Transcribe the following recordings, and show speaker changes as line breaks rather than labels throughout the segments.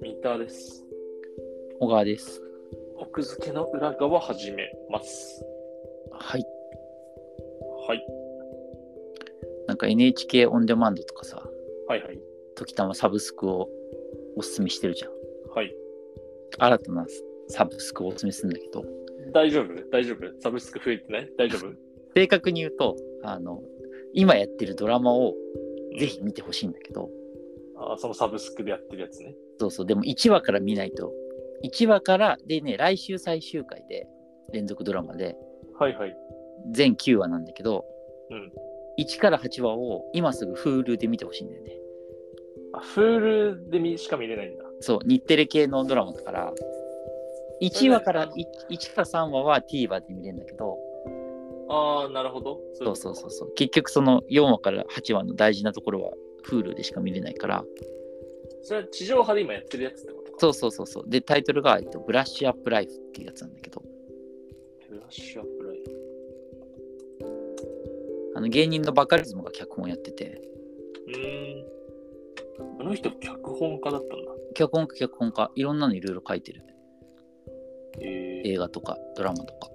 三田です。
小川です。
奥付けの裏側始めます。
はい。
はい。
なんか NHK オンデマンドとかさ、
はいはい。
時たまサブスクをおすすめしてるじゃん。
はい。
新たなサブスクをおすすめするんだけど、
大丈夫大丈夫サブスク増えてない大丈 夫
正確に言うと、あの、今やってるドラマをぜひ見てほしいんだけど、
あーそのサブスクでやってるやつね。
そうそう、でも1話から見ないと、1話から、でね、来週最終回で、連続ドラマで、
はいはい。
全9話なんだけど、
うん
1から8話を今すぐ Hulu で見てほしいんだよね。
あ、フールで見しか見れないんだ。
そう、日テレ系のドラマだから、1話から、
それ
い1から3話は TVer で見れるんだけど、
ああ、なるほど。
そうそうそうそう、結局その4話から8話の大事なところは Hulu でしか見れないから、
う。それは地上波で今やってるやつってことか。
そうそうそうそう、で、タイトルが、えっと、ブラッシュアップライフっていうやつなんだけど、
ブラッシュアップライフ。
あの芸人のバカリズムが脚本やってて、
うーん。あの人、脚本家だったんだ。
脚本家、脚本家、いろんなのいろいろ書いてる。
えー、
映画とかドラマとか。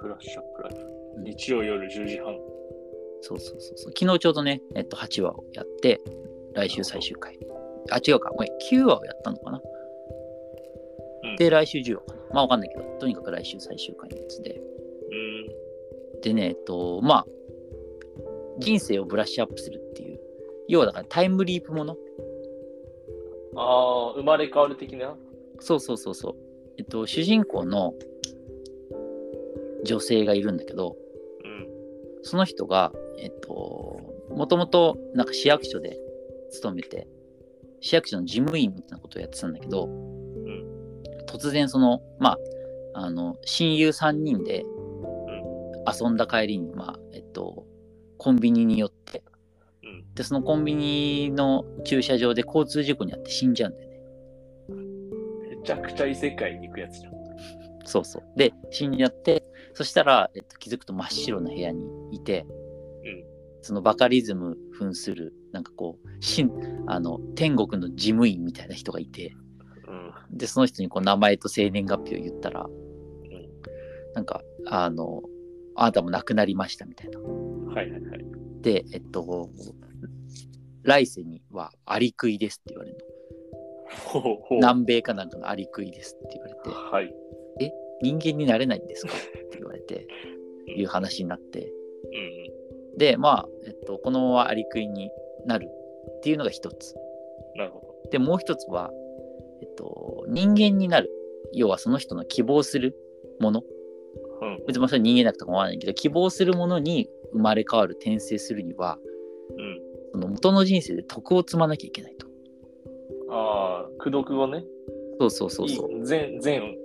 ブラッシュアップライフ。日曜夜10時半。
そうそうそうそう。昨日ちょうどね、えっと、8話をやって、来週最終回。あ、違うか。ごめん、9話をやったのかな。
うん
で、来週10話かな。まあ、わかんないけど、とにかく来週最終回のやつで。
うん。
でね、えっと、まあ、人生をブラッシュアップするっていう。要はだからタイムリープもの。
ああ、生まれ変わる的な。
そうそうそうそう。えっと、主人公の女性がいるんだけど、
うん。
その人が、えっと、もともとなんか市役所で勤めて、市役所の事務員みたいなことをやってたんだけど、突然その、まあ、あの、親友3人で遊んだ帰りに、まあ、えっと、コンビニに寄って、
うん
で、そのコンビニの駐車場で交通事故に遭って死んじゃうんだよね。
めちゃくちゃ異世界に行くやつじゃん。
そうそう。で、死んじゃって、そしたら、えっと、気づくと真っ白な部屋にいて、
うん
そのバカリズム扮する、なんかこう、しあの天国の事務員みたいな人がいて、
うん。
で、その人にこう名前と生年月日を言ったら、なんか、あの、あなたも亡くなりましたみたいな。
はいはいはい。
で、えっと、来世にはアリクイですって言われるの。
ほうほう。
南米かなんかのアリクイですって言われて。
はい。
人間になれないんですかって言わ れていう話になって
うん。
でまあ、えっと、このままアリクイになるっていうのが一つ
なるほ
でもう一つは、えっと、人間になる要はその人の希望するもの
ど。うん。
別にまあそれは人間なくとか思わないけど希望するものに生まれ変わる転生するには
うん。
その元の人生で徳を積まなきゃいけないと
ああ、功徳をね。
そうそうそうそう
いい善、善。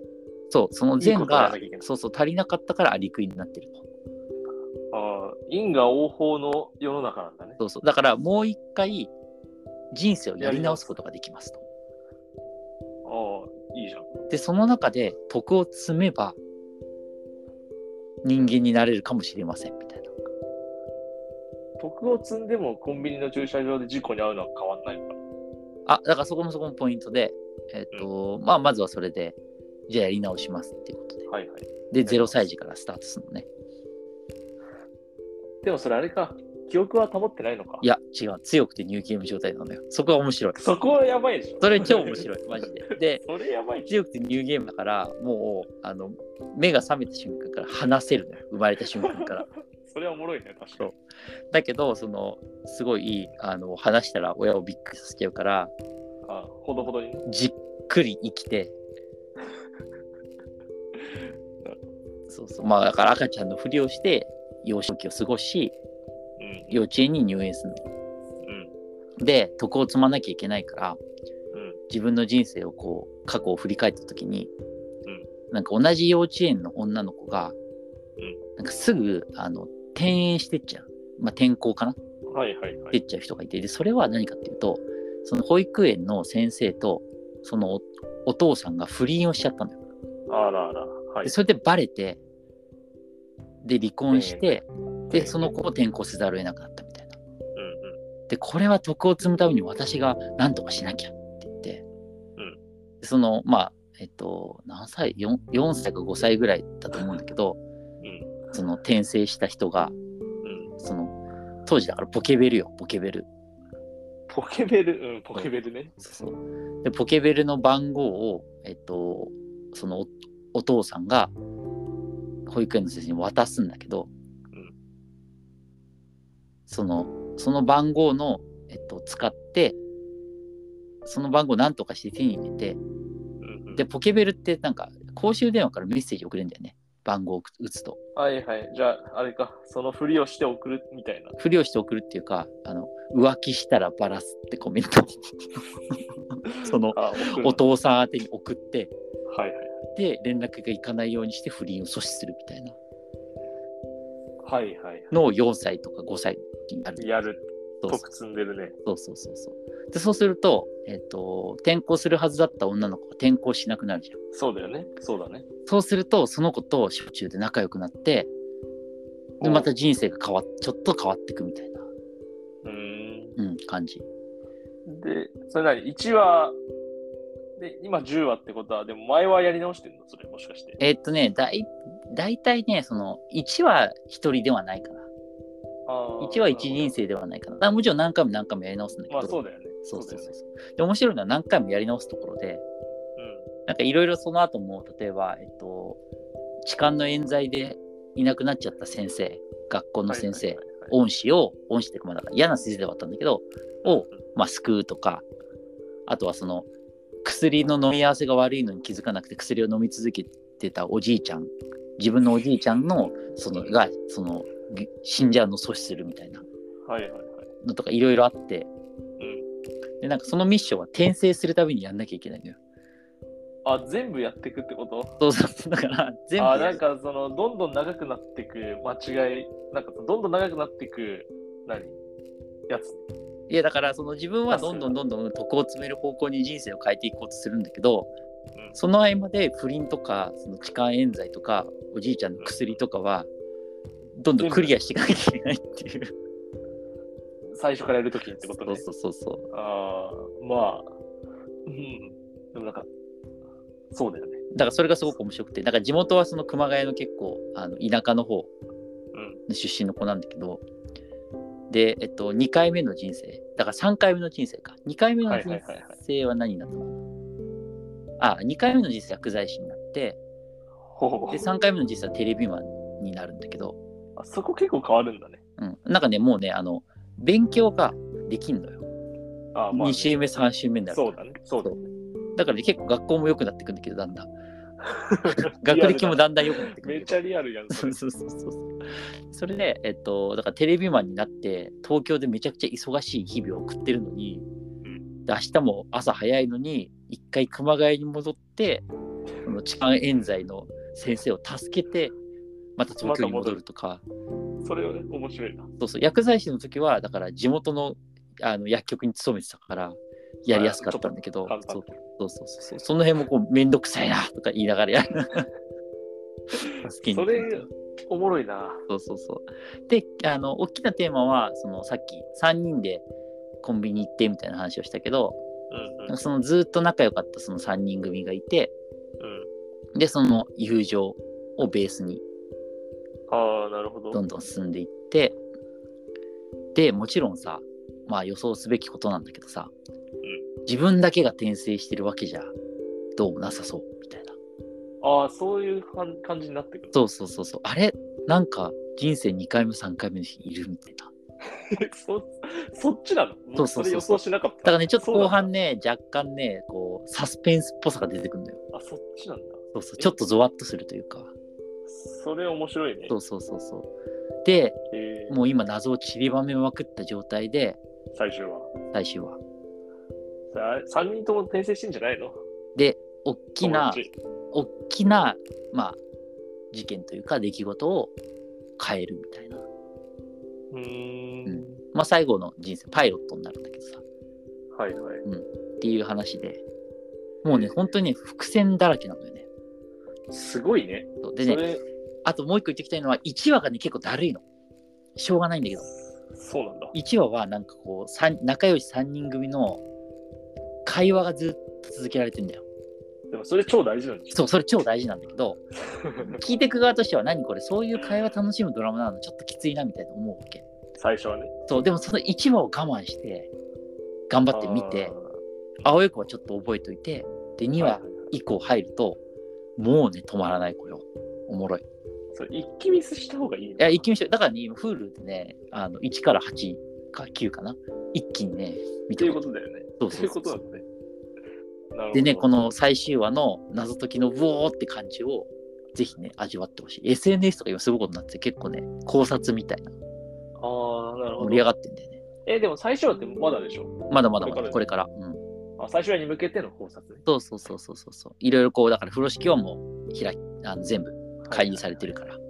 そうそ
い
の
い
善
ことやら
が
なきゃいけない
そうそう足りなかったからアリクイになってると
ああ、因果応報の世の中なんだね。
そうそうだからもう一回人生をやり直すことができますと
ああ、いいじゃん。
でその中で徳を積めば人間になれるかもしれませんみたいな
徳を積んでもコンビニの駐車場で事故に遭うのは変わんないのか
あだからそこもそこもポイントでえっ、と、まあまずはそれでじゃあやり直しますっていうこと
ら。はいはい。
でで0歳児からスタートするのね
でもそれあれか。記憶は保ってないのか。
いや違う強くてニューゲーム状態なのよそこは面白い
そこはやばいでしょ。
それ超面 白いマジ。でで
それやばいじ
強くてニューゲームだからもうあの目が覚めた瞬間から話せるのよ生まれた瞬間から
ゃん。それはおもろいね、確かに。
だけどそのすごいいいあの話したら親をびっくりさせちゃうから
ああほどほどにね。
じっくり生 きてそうそうまあだから赤ちゃんのふりをして幼少期を過ごし幼稚園に入園する
うん。うん。
ので徳を積まなきゃいけないから
うん。
自分の人生をこう過去を振り返った時に、
うん
なんか同じ幼稚園の女の子が、
ん
なんかすぐあの転園してっちゃう、まあ、転校かな
はいはいは
出
い。
っちゃう人がいてでそれは何かっていうとその保育園の先生とそのおお父さんが不倫をしちゃったのよ
あらあら。はい
で。それでバレてで離婚して、
ええ
でその子を転校せざるを得なくなったみたい
う
な
ん
でこれは徳を積むために私が何とかしなきゃって言って、
うん
でそのまあえっと何歳 4, 4歳か5歳ぐらいだと思うんだけど、
う
その転生した人が
うんうん。
その当時だからポケベルよポケベル
ポケベル、うん、ポケベルね。
そうそうでポケベルの番号をえっとそのおお父さんが保育園の先生に渡すんだけど、
うん
そのその番号の、えっと、使ってその番号を何とかして手に入れて
うんうん
でポケベルってなんか公衆電話からメッセージ送れるんだよね番号を打つと
はいはい。じゃあ、あれか、そのふりをして送るみたいな。
ふりをして送るっていうかあの浮気したらバラすってコメン トその
あ、送る
お。父さん宛てに送って
はいはい。
で連絡がいかないようにして不倫を阻止するみたいな
はいはい。
のを4歳とか5歳にやる
やる、
そう
得積んでるね。
そうそうそうそうでそうすると,、えっと転校するはずだった女の子が転校しなくなるじゃん
そうだよね。そうだね。
そうするとその子と小中で仲良くなってでまた人生が変わっちょっと変わっていくみたいな、
うーん。
うん、感じ
で、それなり、1話、で、今10話ってことは、でも前はやり直してんのそれ、もしかして。
えっとねだい大体ねその1は1人ではないかな
あー
1は1人。生ではないかなだからもちろん何回も何回もやり直すんだけど、
まあそうだよね。
そうそ
だ
うそ
よ
う
ね
で面白いのは何回もやり直すところでなんかいろいろその後も例えば、えっと、痴漢の冤罪でいなくなっちゃった先生学校
うん。
の先生、
はいはいはいはい
恩師を恩師っていうかまあだから嫌な先生ではあったんだけどを、まあ、救うとかあとはその薬の飲み合わせが悪いのに気づかなくて薬を飲み続けてたおじいちゃん自分のおじいちゃんのそのがそのぎ死んじゃうのを阻止するみたいな
はいはいはい。
のとかいろいろあって
うん。
でなんかそのミッションは転生するたびにやんなきゃいけないのよ。
あ、全部やっていくってこと
そうそうそうだから全部
あ
や
ー
る
なんかそのどんどん長くなっていく間違いなんかどんどん長くなっていく何やつ
いやだからその自分はどんどんどんどん徳を詰める方向に人生を変えていこうとするんだけど、
うん
その合間で不倫とかその痴漢冤罪とかおじいちゃんの薬とかはどんどんクリアしていかなきゃいけないっていう
最初からやるときってことね
そうそうそうそう
ああまあうんでもなんかそうだよね
だからそれがすごく面白くてだから地元はその熊谷の結構あの田舎の方
うん
出身の子なんだけどで、えっと、2回目の人生だから3回目の人生か2回目の人生は何になったのかな、あ2回目の人生は薬剤師になって
ほうほ
で
う
3回目の実際テレビマンになるんだけど、
あそこ結構変わるんだね
うん、なんかねもうねあの勉強ができんのよ、
あーまあ
2
ね
週目3週目になる
そ
から
うだねそうだね
だから、ね、結構学校も良くなってくんだけどだん だん学歴もだんだん良くなってく
め
る
っ
んだ
ちゃ
けど
リアルやんそ
そう
れ
そうそうそうそれでえっとだからテレビマンになって東京でめちゃくちゃ忙しい日々を送ってるのに、で明日も朝早いのに一回熊谷に戻ってその痴漢冤罪の先生を助けてまた東京に戻るとか。
それはね面白いな
そうそう薬剤師の時はだから地元のあの薬局に勤めてたからやりやすかったんだけど
簡単
そうそうそうそうその辺もこう面倒くさいなとか言いながら やる助けに行
そ
く
れおもろいな
そうそうそうであの大きなテーマはそのさっき3人でコンビニ行ってみたいな話をしたけど
うんう
な
ん
んかそのずっと仲良かったその3人組がいて
うん
でその友情をベースに
ああなるほど
どんどん進んでいってでもちろんさまあ予想すべきことなんだけどさ、自分だけが転生してるわけじゃどうもなさそうみたいな
ああそういうはん感じになってくる
そうそうそうそうあれなんか人生2回目3回目の人いるみたいな
そそっちなの
そうそうそうそう
れ予想しなかった。
だからねちょっと後半
ね。
ね若干ねこうサスペンスっぽさが出てくるんだよ
あ、そっちなんだ。
そうそうちょっとゾワッとするというか
それ面白いね。
そうそうそうそうで
えー
もう今謎を散りばめまくった状態で
最終は。
最終話
さ3人とも転生してんじゃないの
で大きな
友達
大きな、まあ、事件というか出来事を変えるみたいな、
うーん。
まあ、最後の人生パイロットになるんだけどさっ
はいはい。
ていう話でもうね本当にね伏線だらけなんだよね
すごいね。
そうで
そ
ね
れ、
あともう一個言っておきたいのは、1話がね、結構だるいの。しょうがないんだけど。
そうなんだ。
1話はなんかこう、三仲良し3人組の会話がずっと続けられてんだよ。
でもそれ超大事なんです
そう、それ超大事なんだけ ど、聞いてく側としては、何これ、そういう会話楽しむドラマなの、ちょっときついなみたいな思うわけ。
最初はね。
そう、でもその1話を我慢して、頑張って見て、あわよくはちょっと覚えといて、で、2
に
話以降入ると、もうね、止まらない、これは。おもろい。い
それ一気ミスした方がいいの
や、一気見して、だからね、今、フールでね、あの1から8か9かな、一気にね、見
と
て
いう
ほ
こ
し
とだよね。
そ
と
う
い
そ
うう
そ
こ
う
となんだね。なるほど
いでね、こ。の最終話の謎解きのうおーって感じを、ぜひね、味わってほしい。SNS とか今すごいことになってて、結構ね、考察みたいな、
ああ、なるほ
盛り上
ど。
がってんだよね。
え、でも最初はってまだでしょ。
まだまだ
これ
ま
から
だ、これから。うん
あ最初はに向けての考察ね。
そうそうそうそうそうそう。いろいろこう、だから風呂敷はもう開きあの全部開示されてるから、うん、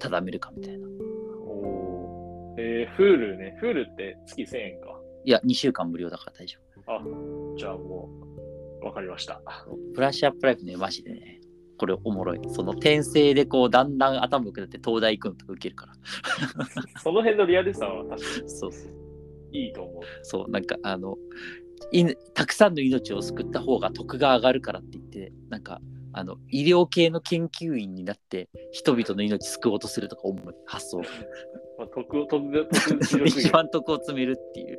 ただ見るかみたいな。い
おーえー、フールね。フールって月1000円か。
や、2週間無料だから大丈
あ、じゃあもう、わかりました。
夫。ブラッシュアップライフね、マジでね。これおもろい。その転生でこう、だんだん頭良くなって東大行くのとか受けるから。
その辺のリアルさは確か
そうそう。
にいいと思う。
そう、なんかあの、いたくさんの命を救った方が得が上がるからって言って、なんか、あの医療系の研究員になって人々の命救おうとするとか思う発想
まあ、得を、得を、得を、
一 番得を詰めるっていう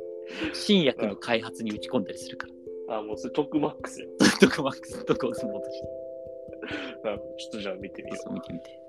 新薬の開発に打ち込んだりする から
あ、もうそれ得マックスよ。
毒マックス毒を積もうとして
なるほどちょっとじゃあ見てみよ
そう見てみて